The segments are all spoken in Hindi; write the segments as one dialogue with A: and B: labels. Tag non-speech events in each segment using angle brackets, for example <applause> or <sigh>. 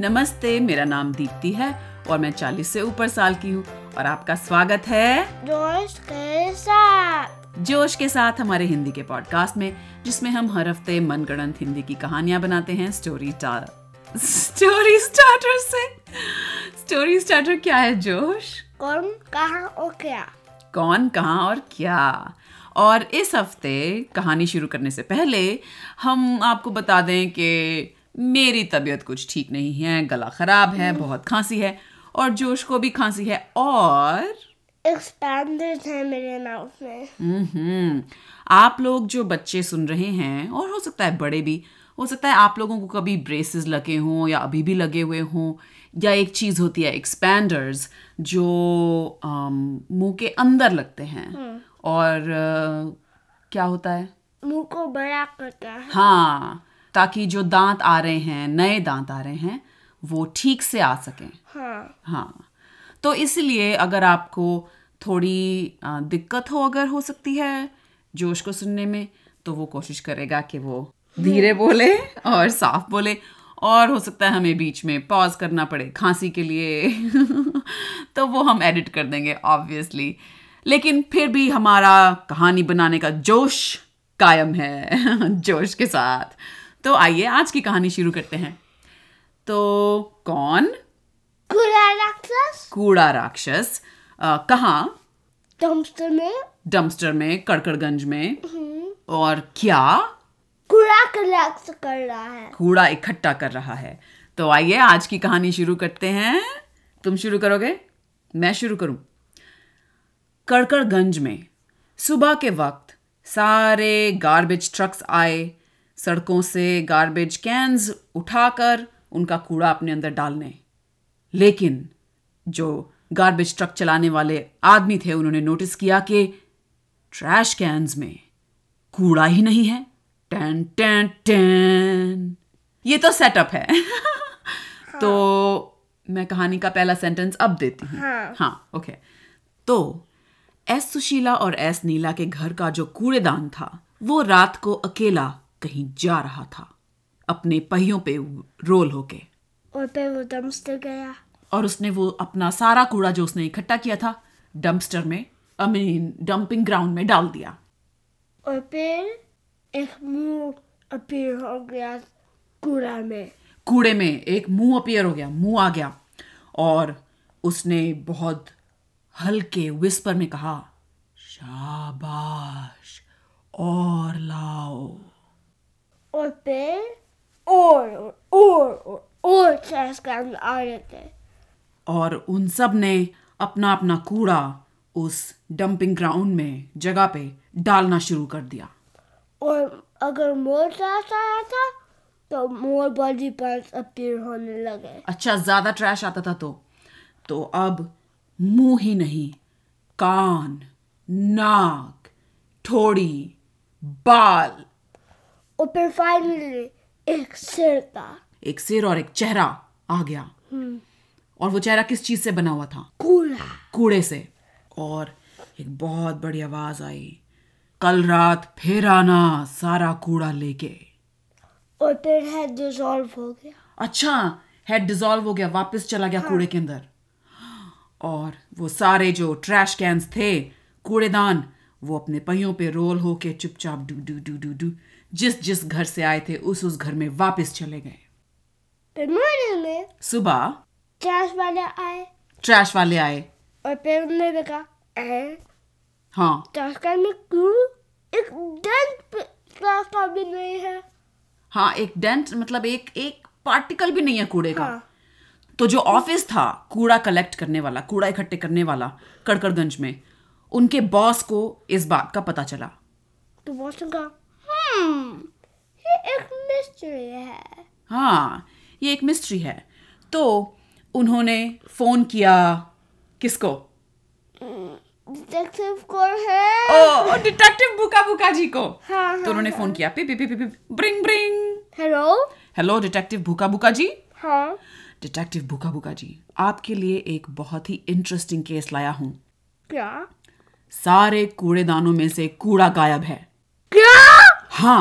A: नमस्ते मेरा नाम दीप्ति है और मैं 40 से ऊपर साल की हूँ और आपका स्वागत है
B: जोश के साथ
A: जोश के साथ हमारे हिंदी के पॉडकास्ट में जिसमें हम हर हफ्ते मनगढ़ंत हिंदी की कहानियां बनाते हैं स्टोरी टा- स्टोरी स्टार्टर से स्टोरी स्टार्टर क्या है जोश
B: कौन कहाँ और क्या
A: कौन कहाँ और क्या और इस हफ्ते कहानी शुरू करने से पहले हम आपको बता दें कि मेरी तबीयत कुछ ठीक नहीं है गला ख़राब है बहुत खांसी है और जोश को भी खांसी है और
B: एक्सपेंडेड है मेरे माउथ में
A: हम्म आप लोग जो बच्चे सुन रहे हैं और हो सकता है बड़े भी हो सकता है आप लोगों को कभी ब्रेसेस लगे हों या अभी भी लगे हुए हों या एक चीज़ होती है एक्सपैंडर्स जो अम, मुंह के अंदर लगते हैं और अ, क्या होता है
B: मुंह को बड़ा करता है
A: हाँ ताकि जो दांत आ रहे हैं नए दांत आ रहे हैं वो ठीक से आ सकें
B: हाँ
A: हाँ तो इसलिए अगर आपको थोड़ी अ, दिक्कत हो अगर हो सकती है जोश को सुनने में तो वो कोशिश करेगा कि वो धीरे बोले और साफ बोले और हो सकता है हमें बीच में पॉज करना पड़े खांसी के लिए <laughs> तो वो हम एडिट कर देंगे ऑब्वियसली लेकिन फिर भी हमारा कहानी बनाने का जोश कायम है <laughs> जोश के साथ तो आइए आज की कहानी शुरू करते हैं तो कौन
B: खुला राक्षस
A: कूड़ा राक्षस अ, कहाँ
B: डम्स्टर में
A: डम्स्टर में कड़कड़गंज में और क्या
B: खुला कलेक्ट कर रहा है
A: कूड़ा इकट्ठा कर रहा है तो आइए आज की कहानी शुरू करते हैं तुम शुरू करोगे मैं शुरू करूं कड़कड़गंज में सुबह के वक्त सारे गार्बेज ट्रक्स आए सड़कों से गार्बेज कैंस उठाकर उनका कूड़ा अपने अंदर डालने लेकिन जो गार्बेज ट्रक चलाने वाले आदमी थे उन्होंने नोटिस किया कि ट्रैश कैंस में कूड़ा ही नहीं है टैन टैन टैन ये तो सेटअप है तो मैं कहानी का पहला सेंटेंस अब देती हूँ
B: हाँ।
A: हाँ ओके तो एस सुशीला और एस नीला के घर का जो कूड़ेदान था वो रात को अकेला कहीं जा रहा था अपने पहियों पे रोल होके
B: और फिर वो डम्स्टर गया
A: और उसने वो अपना सारा कूड़ा जो उसने इकट्ठा किया था डंपस्टर में आई मीन डंपिंग ग्राउंड में डाल दिया
B: और फिर एक मुंह अपीयर हो गया कूड़ा में
A: कूड़े में एक मुंह अपियर हो गया मुंह आ गया और उसने बहुत हल्के विस्पर में कहा शाबाश और लाओ
B: और फिर और और और और, और ट्रैश कैन आ रहे थे
A: और उन सब ने अपना अपना कूड़ा उस डंपिंग ग्राउंड में जगह पे डालना शुरू कर दिया
B: और अगर मोर ट्रैश आया था तो मोर बॉडी पार्ट्स अपीयर होने लगे
A: अच्छा ज्यादा ट्रैश आता था तो तो अब मुंह ही नहीं कान नाक थोड़ी बाल
B: और फिर फाइनली एक सिर था हम्म,
A: एक सिर और एक चेहरा आ गया और वो चेहरा किस चीज से बना हुआ था
B: कूड़ा
A: कूड़े से और एक बहुत बड़ी आवाज आई कल रात फिर आना सारा कूड़ा लेके
B: और फिर है डिजॉल्व हो गया
A: अच्छा हेड डिजॉल्व हो गया वापस चला गया कूड़े के अंदर और वो सारे जो ट्रैश कैंस थे कूड़ेदान वो अपने पहियों पे रोल होके चुपचाप डू डू डू डू डू जिस जिस घर से आए थे उस उस घर में वापस चले गए
B: फिर मॉर्निंग में
A: सुबह
B: ट्रैश वाले आए
A: ट्रैश वाले आए
B: और फिर उन्होंने देखा "हैं?
A: हाँ
B: ट्रैश कैन में क्यों एक डेंट पे ट्रैश का भी नहीं है
A: हाँ एक डेंट मतलब एक एक पार्टिकल भी नहीं है कूड़े का
B: हाँ
A: तो जो ऑफिस था कूड़ा कलेक्ट करने वाला कूड़ा इकट्ठे करने वाला कड़कड़गंज में उनके बॉस को इस बात का पता चला
B: तो बॉस ने कहा हम्म ये एक मिस्ट्री है
A: हाँ ये एक मिस्ट्री है तो उन्होंने फोन किया किसको
B: डिटेक्टिव कौन है
A: ओ डिटेक्टिव बुका बुका जी को
B: हाँ
A: तो उन्होंने फोन किया पिप पिप पिप ब्रिंग bring
B: hello
A: hello detective Bhukha Buka जी
B: हाँ
A: डिटेक्टिव भूखा बुका जी आपके लिए एक बहुत ही इंटरेस्टिंग केस लाया हूँ
B: क्या
A: सारे कूड़ेदानों में से कूड़ा गायब है
B: क्या
A: हाँ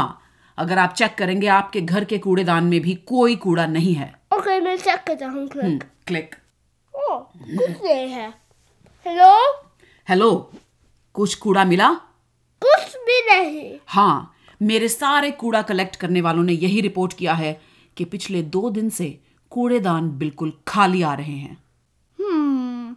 A: अगर आप चेक करेंगे आपके घर के कूड़ेदान में भी कोई कूड़ा नहीं है
B: ओके मैं मैं चेक करता हूँ
A: Hmm.
B: क्लिक
A: क्लिक
B: ओ कुछ नहीं है हेलो
A: हेलो कुछ कूड़ा मिला
B: कुछ भी नहीं
A: हाँ मेरे सारे कूड़ा कलेक्ट करने वालों ने यही रिपोर्ट किया है कि पिछले दो दिन से कूड़ेदान बिल्कुल खाली आ रहे हैं
B: हम्म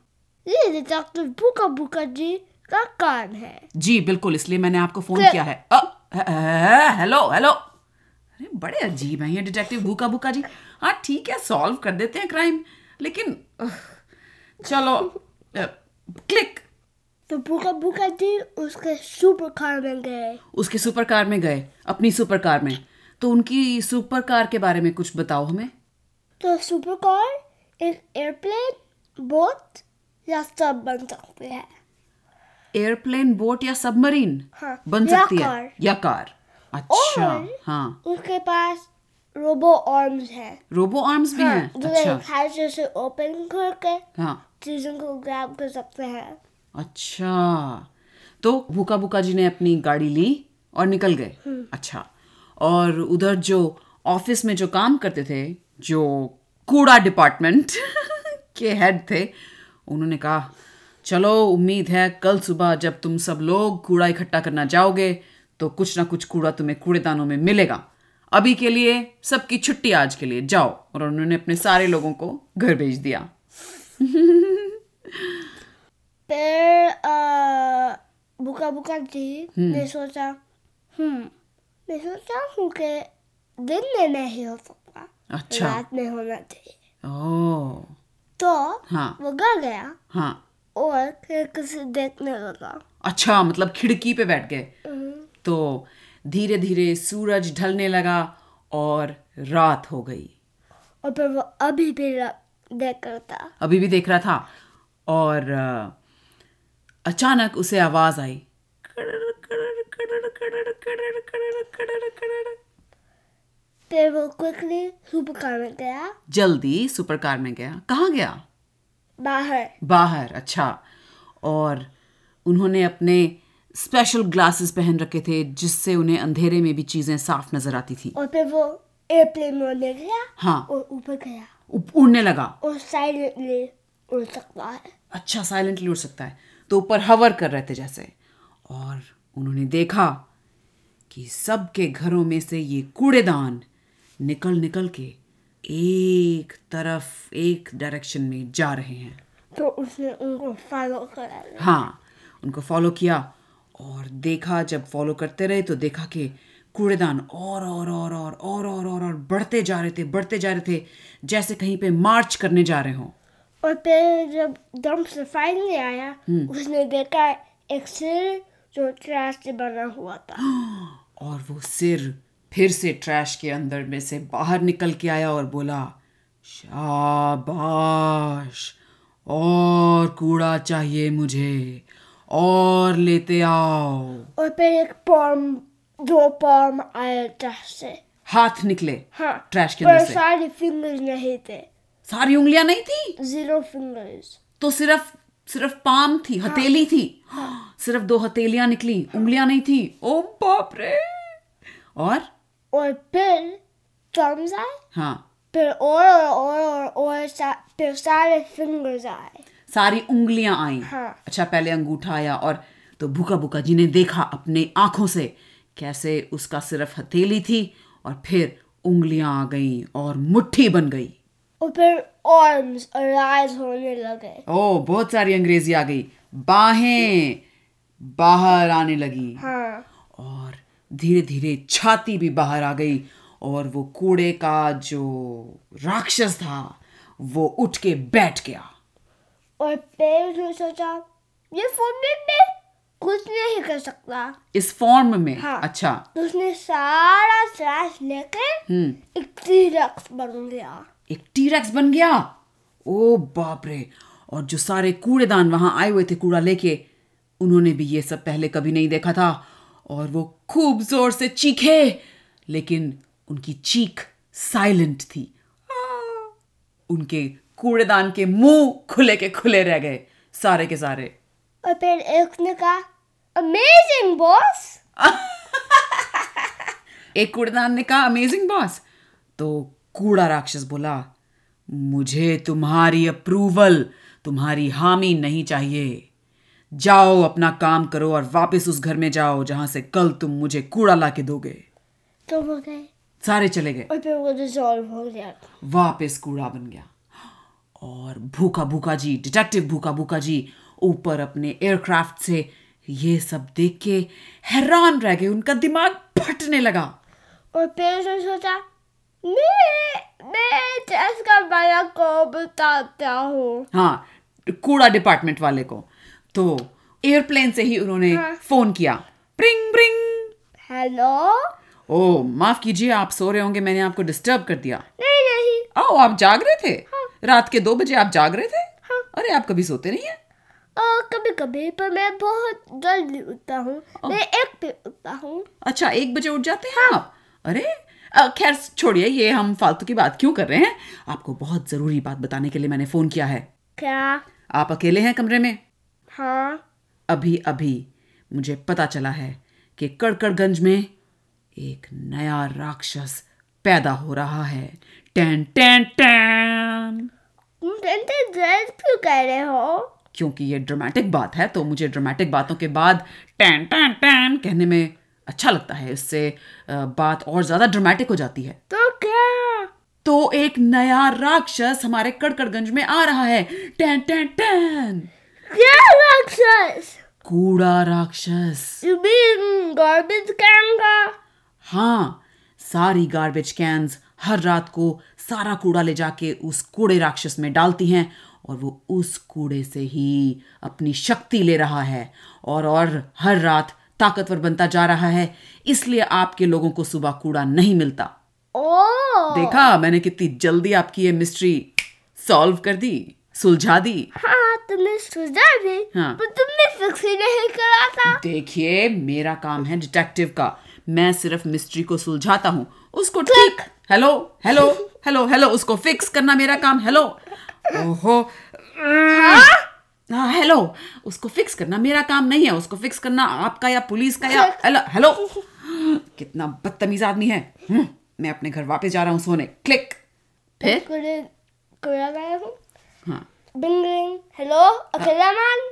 B: ये डॉक्टर भूखा भूखा जी का कान है
A: जी बिल्कुल इसलिए मैंने आपको फोन
B: क्या-
A: किया है अ, ह- ह- हेलो हेलो अरे बड़े अजीब हैं ये डिटेक्टिव भूखा भूखा जी हाँ ठीक है सॉल्व कर देते हैं क्राइम लेकिन अह, चलो अ, क्लिक
B: तो भूखा भूखा जी उसके सुपर कार में गए
A: उसकी सुपर कार में गए अपनी सुपर कार में तो उनकी सुपर कार के बारे में कुछ बताओ हमें
B: तो सुपर कार एक एयरप्लेन बोट या सब बन सकते हैं
A: एयरप्लेन बोट या सबमरीन
B: हाँ,
A: बन
B: या
A: सकती है
B: कार।
A: या कार अच्छा
B: और-
A: हाँ
B: उसके पास रोबो आर्म्स हैं
A: रोबो आर्म्स भी
B: हाँ,
A: हैं
B: जो
A: अच्छा
B: एक हाथ से उसे ओपन करके
A: हाँ
B: चीजों को ग्रैब कर सकते हैं
A: अच्छा तो भूखा भूखा जी ने अपनी गाड़ी ली और निकल गए अच्छा और उधर जो ऑफिस में जो काम करते थे जो कूड़ा डिपार्टमेंट <laughs> के हेड थे उन्होंने कहा चलो उम्मीद है कल सुबह जब तुम सब लोग कूड़ा इकट्ठा करना जाओगे तो कुछ ना कुछ कूड़ा तुम्हें कूड़ेदानों में मिलेगा अभी के लिए सबकी छुट्टी आज के लिए जाओ और उन्होंने अपने सारे लोगों को घर भेज दिया
B: फिर अ, बुका बुका जी ने सोचा हम्म मैं सोचा हूँ कि दिन में नहीं हो सकता
A: अच्छा
B: रात में होना चाहिए
A: ओह
B: तो
A: हाँ।
B: वो घर गया
A: हाँ
B: और फिर किसी देखने लगा
A: अच्छा मतलब खिड़की पे बैठ गए तो धीरे धीरे सूरज ढलने लगा और रात हो गई
B: और फिर वो अभी भी रा- देख करता
A: अभी भी देख रहा था और अ, अचानक उसे आवाज आई कड़र, कड़र, कड़र, कड़र, कड़र, कड़र, कड़र, कड़र।
B: फिर वो क्विकली सुपर कार में गया
A: जल्दी सुपर कार में गया कहाँ गया
B: बाहर
A: बाहर अच्छा और उन्होंने अपने स्पेशल ग्लासेस पहन रखे थे जिससे उन्हें अंधेरे में भी चीजें साफ नजर आती थी
B: और फिर वो एयरप्लेन में उड़ने गया
A: हाँ
B: और ऊपर गया
A: उप- उड़ने लगा
B: और साइलेंटली उड़ सकता है
A: अच्छा साइलेंटली उड़ सकता है तो ऊपर हवर कर रहे थे जैसे और उन्होंने देखा कि सबके घरों में से ये कूड़ेदान निकल निकल के एक तरफ एक डायरेक्शन में जा रहे हैं
B: तो उसने उनको फॉलो करा
A: हाँ उनको फॉलो किया और देखा जब फॉलो करते रहे तो देखा कि कूड़ेदान और और और और और और और और बढ़ते जा रहे थे बढ़ते जा रहे थे जैसे कहीं पे मार्च करने जा रहे हों
B: और फिर जब दम से फाइनली आया उसने देखा एक सिर जो ट्रैश से बना हुआ था
A: और वो सिर फिर से ट्रैश के अंदर में से बाहर निकल के आया और बोला शाबाश और कूड़ा चाहिए मुझे और लेते आओ
B: और फिर एक पॉम दो पॉम आया ट्रैश से
A: हाथ निकले
B: हाँ
A: ट्रैश के
B: पर
A: अंदर से
B: सारे फिंगर्स नहीं थे
A: सारी उंगलियां नहीं थी
B: जीरो फिंगर्स
A: तो सिर्फ सिर्फ पाम थी हथेली थी सिर्फ दो हथेलियां निकली उंगलियां नहीं थी ओ बाप रे और
B: और फिर थम्स आए
A: हाँ
B: फिर और और और और, और सा, फिर सारे फिंगर्स आए
A: सारी उंगलियां आई
B: हाँ।
A: अच्छा पहले अंगूठा आया और तो भूखा भूखा जी ने देखा अपने आंखों से कैसे उसका सिर्फ हथेली थी और फिर उंगलियां आ गईं और मुट्ठी बन गई
B: और फिर आर्म्स और आइज होने लगे
A: ओ बहुत सारी अंग्रेजी आ गई बाहें बाहर आने लगी
B: हाँ
A: और धीरे धीरे छाती भी बाहर आ गई और वो कूड़े का जो राक्षस था वो उठ के बैठ गया
B: और फिर उसने सोचा ये फोन में मैं कुछ नहीं कर सकता
A: इस फॉर्म में
B: हाँ।
A: अच्छा
B: तो उसने सारा ट्रैश लेके एक टीरक्स बन गया
A: एक टीरेक्स बन गया ओ बाप रे और जो सारे कूड़ेदान वहां आए हुए थे कूड़ा लेके उन्होंने भी ये सब पहले कभी नहीं देखा था और वो खूब जोर से चीखे लेकिन उनकी चीख साइलेंट थी उनके कूड़ेदान के मुंह खुले के खुले रह गए सारे के सारे
B: और फिर एक ने कहा अमेजिंग बॉस
A: एक कूड़ेदान ने कहा अमेजिंग बॉस तो कूड़ा राक्षस बोला मुझे तुम्हारी अप्रूवल तुम्हारी हामी नहीं चाहिए जाओ अपना काम करो और वापस उस घर में जाओ जहां से कल तुम मुझे कूड़ा ला के दोगे
B: तो हो गए
A: सारे चले गए
B: और फिर वो डिजॉल्व हो गया
A: वापस कूड़ा बन गया और भूखा भूखा जी डिटेक्टिव भूखा भूखा जी ऊपर अपने एयरक्राफ्ट से ये सब देख के हैरान रह गए उनका दिमाग फटने लगा
B: और फिर उसने सोचा मैं मैं चेस का बड़ा को बताता हूँ
A: हाँ कूड़ा डिपार्टमेंट वाले को तो एयरप्लेन से ही उन्होंने
B: हाँ।
A: फोन किया प्रिंग प्रिंग
B: हेलो
A: ओ माफ कीजिए आप सो रहे होंगे मैंने आपको डिस्टर्ब कर दिया
B: नहीं नहीं
A: ओ आप जाग रहे थे रात के दो बजे आप जाग रहे थे
B: हाँ।
A: अरे आप कभी सोते नहीं है
B: और कभी कभी पर मैं बहुत जल्दी उठता हूँ मैं एक पे उठता हूँ
A: अच्छा एक बजे उठ जाते
B: हाँ।
A: हैं आप अरे अ, खैर छोड़िए ये हम फालतू की बात क्यों कर रहे हैं आपको बहुत जरूरी बात बताने के लिए मैंने फोन किया है
B: क्या
A: आप अकेले हैं कमरे में
B: हाँ
A: अभी अभी मुझे पता चला है कि कड़कड़गंज में एक नया राक्षस पैदा हो रहा है टैन टैन टैन
B: तुम इतने जल्द क्यों कह रहे हो
A: क्योंकि ये ड्रामेटिक बात है तो मुझे ड्रामेटिक बातों के बाद टैन टैन टैन कहने में अच्छा लगता है इससे अ, बात और ज़्यादा ड्रामेटिक हो जाती है
B: तो क्या
A: तो एक नया राक्षस हमारे कड़कड़गंज में आ रहा है टैन टैन टैन
B: क्या राक्षस
A: कूड़ा राक्षस
B: यू मीन गार्बेज कैन का
A: हाँ सारी गार्बेज कैंस हर रात को सारा कूड़ा ले जाके उस कूड़े राक्षस में डालती हैं और वो उस कूड़े से ही अपनी शक्ति ले रहा है और और हर रात ताकतवर बनता जा रहा है इसलिए आपके लोगों को सुबह कूड़ा नहीं मिलता
B: ओ
A: देखा मैंने कितनी जल्दी आपकी ये मिस्ट्री सॉल्व कर दी सुलझा दी
B: हाँ तुमने सुझा भी
A: हाँ।
B: पर तुमने फिक्स ही नहीं करा था
A: देखिए मेरा काम है डिटेक्टिव का मैं सिर्फ मिस्ट्री को सुलझाता हूँ उसको ठीक हेलो हेलो हेलो हेलो उसको फिक्स करना मेरा काम हेलो ओहो हाँ हेलो उसको फिक्स करना मेरा काम नहीं है उसको फिक्स करना आपका या पुलिस का या हेलो हेलो कितना बदतमीज आदमी है हम्म, मैं अपने घर वापस जा रहा हूँ सोने क्लिक फिर
B: कुड़े कुड़ा गया हूँ
A: हाँ
B: बिंग रिंग हेलो अकेला मैन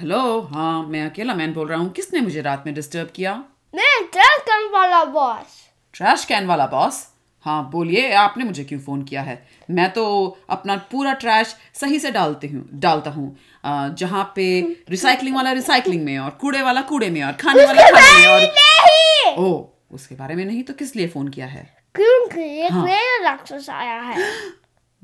A: हेलो हाँ मैं अकेला मैन बोल रहा हूँ किसने मुझे रात में डिस्टर्ब किया
B: मैं ट्रक कम वाला बॉस
A: ट्रैश कैन वाला बॉस हाँ बोलिए आपने मुझे क्यों फ़ोन किया है मैं तो अपना पूरा ट्रैश सही से डालती हूँ डालता हूँ अ, जहाँ पे रिसाइकलिंग वाला रिसाइकलिंग में और कूड़े वाला कूड़े में और खाने वाला खाने में और
B: नहीं
A: ओ उसके बारे में नहीं तो किस लिए फ़ोन किया है
B: क्योंकि एक
A: हाँ।
B: नया राक्षस आया है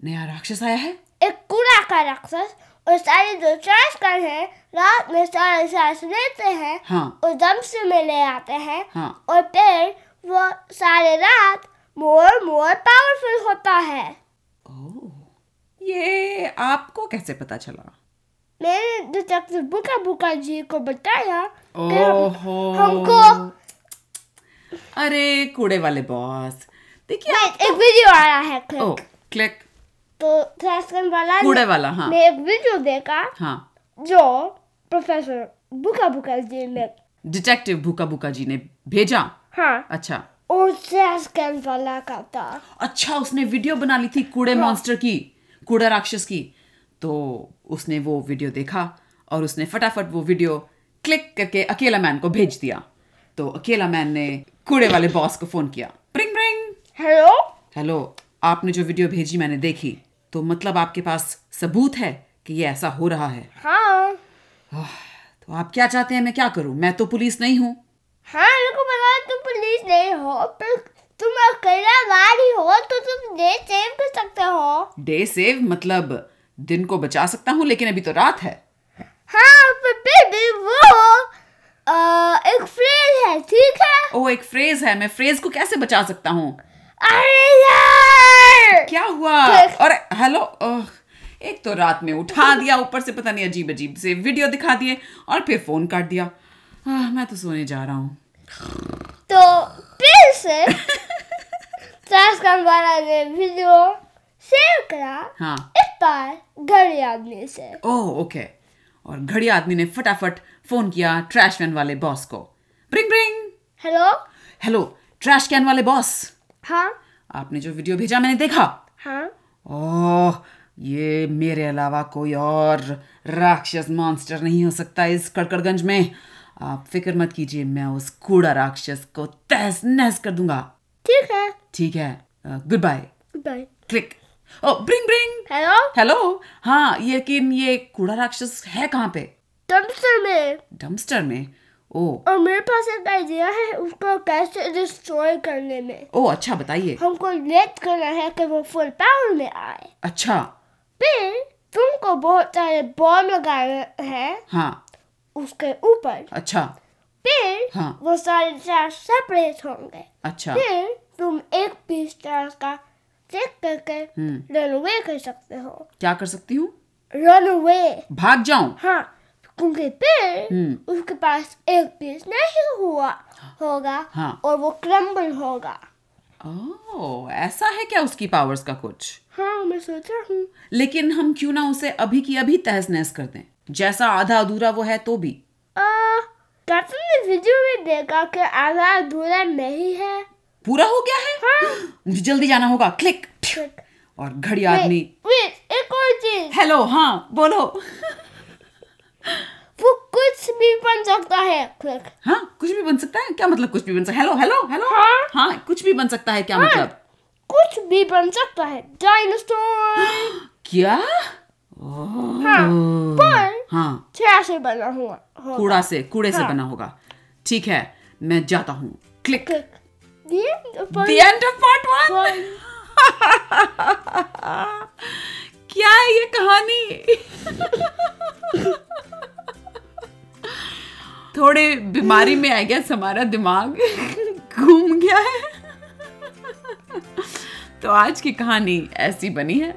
A: नया राक्षस आया है
B: एक कूड़ा का राक्षस और सारे जो ट्रैश कर हैं रात में सारे सांस लेते हैं
A: हाँ
B: और दम से में ले आते हैं
A: हाँ
B: और फिर वो सारे रात मोर मोर पावरफुल होता है
A: ओ ये आपको कैसे पता चला
B: मैंने डिटेक्टिव बुका बुका जी को बताया
A: Oh.
B: कि हम-
A: ओहो
B: हमको-
A: अरे कूड़े वाले बॉस देखिए
B: Wait, एक वीडियो आया है
A: ओ
B: क्लिक
A: क्लिक
B: तो ट्रैशकन वाला
A: कूड़े वाला हाँ
B: ने एक वीडियो देखा
A: हाँ
B: जो प्रोफेसर बुका बुका जी ने
A: डिटेक्टिव भूका भूका जी ने भेजा
B: हाँ
A: अच्छा
B: और ट्रैशकन वाला का था
A: अच्छा उसने वीडियो बना ली थी कूड़े मॉन्स्टर की कूड़ा राक्षस की तो उसने वो वीडियो देखा और उसने फटाफट वो वीडियो क्लिक करके अकेला मैन को भेज दिया तो अकेला मैन ने कूड़े वाले बॉस को फोन किया प्रिंग प्रिंग
B: हेलो
A: हेलो आपने जो वीडियो भेजी मैंने देखी तो मतलब आपके पास सबूत है कि ये ऐसा हो रहा है
B: हाँ
A: तो आप क्या चाहते हैं मैं क्या करूं मैं तो पुलिस नहीं हूं
B: हाँ मेरे को पता है तुम पुलिस नहीं हो पर तुम अकेला गाड़ी हो तो तुम दे सेव कर सकते हो
A: डे सेव मतलब दिन को बचा सकता हूं लेकिन अभी तो रात है
B: हाँ पर फिर भी वो अ, एक फ्रेंड है ठीक है
A: ओ एक फ्रेज है मैं फ्रेज को कैसे बचा सकता हूँ
B: अरे यार
A: क्या हुआ
B: Click.
A: और हेलो ओह, एक तो रात में उठा दिया ऊपर से पता नहीं अजीब अजीब से वीडियो दिखा दिए और फिर फोन काट दिया आह, मैं तो सोने जा रहा हूँ
B: तो फिर से ट्रैश वाला ने वीडियो सेव करा
A: हाँ
B: इस बार घर आदमी से
A: ओह ओके और घड़ी आदमी ने फटाफट फोन किया ट्रैश कैन वाले बॉस को bring bring
B: hello
A: hello trash can वाले बॉस
B: हाँ
A: आपने जो वीडियो भेजा मैंने देखा
B: हाँ
A: ओह ये मेरे अलावा कोई और राक्षस मॉन्स्टर नहीं हो सकता इस कड़कड़गंज में आप फिक्र मत कीजिए मैं उस कूड़ा राक्षस को तहस नहस कर दूंगा
B: ठीक है
A: ठीक है गुड बाय
B: बाय
A: क्लिक ओ ब्रिंग ब्रिंग
B: हेलो
A: हेलो हाँ लेकिन ये कूड़ा राक्षस है कहाँ पे
B: डम्पस्टर में
A: डम्स्टर में ओ
B: और मेरे पास एक आइडिया है उसको कैसे डिस्ट्रॉय करने में
A: ओ अच्छा बताइए
B: हमको लेट करना है कि वो फुल पावर में आए
A: अच्छा
B: फिर तुमको बहुत सारे बॉम्ब लगाए हैं
A: हाँ
B: उसके ऊपर
A: अच्छा
B: फिर
A: हाँ।
B: वो सारे चार सेपरेट होंगे
A: अच्छा
B: फिर तुम एक पीस चार्ज का चेक करके
A: हम्म।
B: रन अवे कर सकते हो
A: क्या कर सकती हूँ
B: रन अवे
A: भाग जाऊं
B: हाँ क्योंकि फिर
A: हम्म।
B: उसके पास एक पीस नहीं हुआ होगा
A: हाँ।
B: और वो क्रम्बल होगा
A: ओ ऐसा है क्या उसकी पावर्स का कुछ
B: हाँ मैं सोचा हूँ
A: लेकिन हम क्यों ना उसे अभी की अभी तहस नहस कर दें जैसा आधा अधूरा वो है तो भी
B: आ, क्या तुमने वीडियो में देखा कि आधा अधूरा नहीं है
A: पूरा हो गया है
B: हाँ।
A: मुझे जल्दी जाना होगा क्लिक और घड़ी आदमी
B: वेट एक और चीज
A: हेलो हाँ बोलो
B: वो कुछ भी बन सकता है क्लिक
A: हाँ कुछ भी बन सकता है क्या मतलब कुछ भी बन सकता है हेलो हेलो हेलो
B: हाँ।
A: हाँ कुछ भी बन सकता है क्या
B: हाँ।
A: मतलब
B: कुछ भी बन सकता है डायनासोर
A: क्या ओह,
B: हाँ पर
A: हाँ
B: छह से बना हुआ होगा।
A: कूड़ा से कूड़े से
B: हाँ।
A: बना होगा ठीक है मैं जाता हूँ क्लिक
B: क्लिक ये
A: The
B: पर
A: end of part one. क्या है ये कहानी थोड़े बीमारी में आई गेस हमारा दिमाग घूम गया है तो आज की कहानी ऐसी बनी है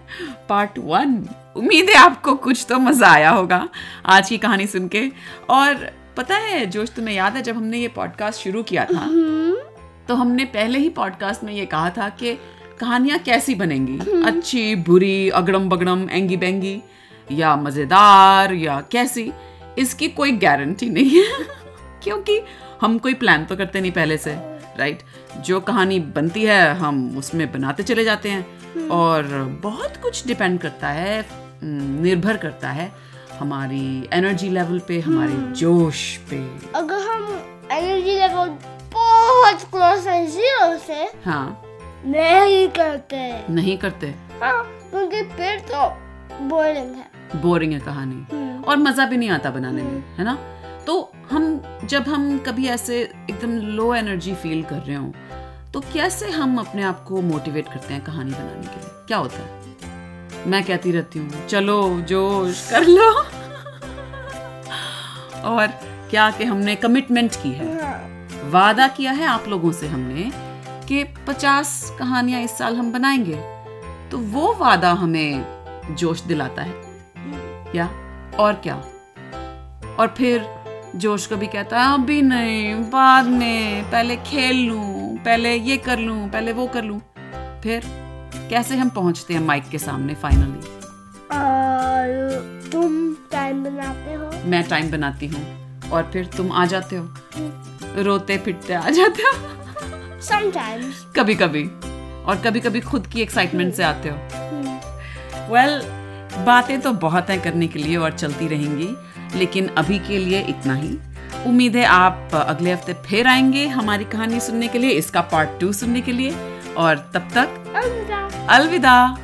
A: पार्ट वन उम्मीद है आपको कुछ तो मज़ा आया होगा आज की कहानी सुन के और पता है जोश तुम्हें याद है जब हमने ये पॉडकास्ट शुरू किया था तो हमने पहले ही पॉडकास्ट में ये कहा था कि कहानियाँ कैसी बनेंगी अच्छी बुरी अगड़म बगड़म एंगी बेंगी या मज़ेदार या कैसी इसकी कोई गारंटी नहीं है <laughs> क्योंकि हम कोई प्लान तो करते नहीं पहले से राइट जो कहानी बनती है हम उसमें बनाते चले जाते हैं और बहुत कुछ डिपेंड करता है हम्म, निर्भर करता है हमारी एनर्जी लेवल पे हमारे जोश पे
B: अगर हम एनर्जी लेवल बहुत क्लोज है जीरो से
A: हाँ
B: नहीं करते
A: नहीं करते
B: हाँ क्योंकि फिर तो बोरिंग है
A: बोरिंग है कहानी
B: हम्म।
A: और मजा भी नहीं आता बनाने में है ना तो हम जब हम कभी ऐसे एकदम लो एनर्जी फील कर रहे हो तो कैसे हम अपने आप को मोटिवेट करते हैं कहानी बनाने के लिए क्या होता है मैं कहती रहती हूँ चलो जोश कर लो <laughs> और क्या कि हमने कमिटमेंट की है
B: हाँ,
A: वादा किया है आप लोगों से हमने कि 50 कहानियां इस साल हम बनाएंगे तो वो वादा हमें जोश दिलाता है क्या और क्या और फिर जोश कभी कहता है अभी नहीं बाद में पहले खेल लूं पहले ये कर लूं पहले वो कर लूं फिर कैसे हम पहुंचते हैं माइक के सामने फाइनली
B: और तुम टाइम बनाते हो
A: मैं टाइम बनाती हूँ और फिर तुम आ जाते हो रोते फिरते आ जाते हो
B: समटाइम्स
A: कभी कभी और कभी कभी खुद की एक्साइटमेंट से आते हो वेल well, बातें तो बहुत हैं करने के लिए और चलती रहेंगी लेकिन अभी के लिए इतना ही उम्मीद है आप अगले हफ्ते फिर आएंगे हमारी कहानी सुनने के लिए इसका पार्ट टू सुनने के लिए और तब तक अलविदा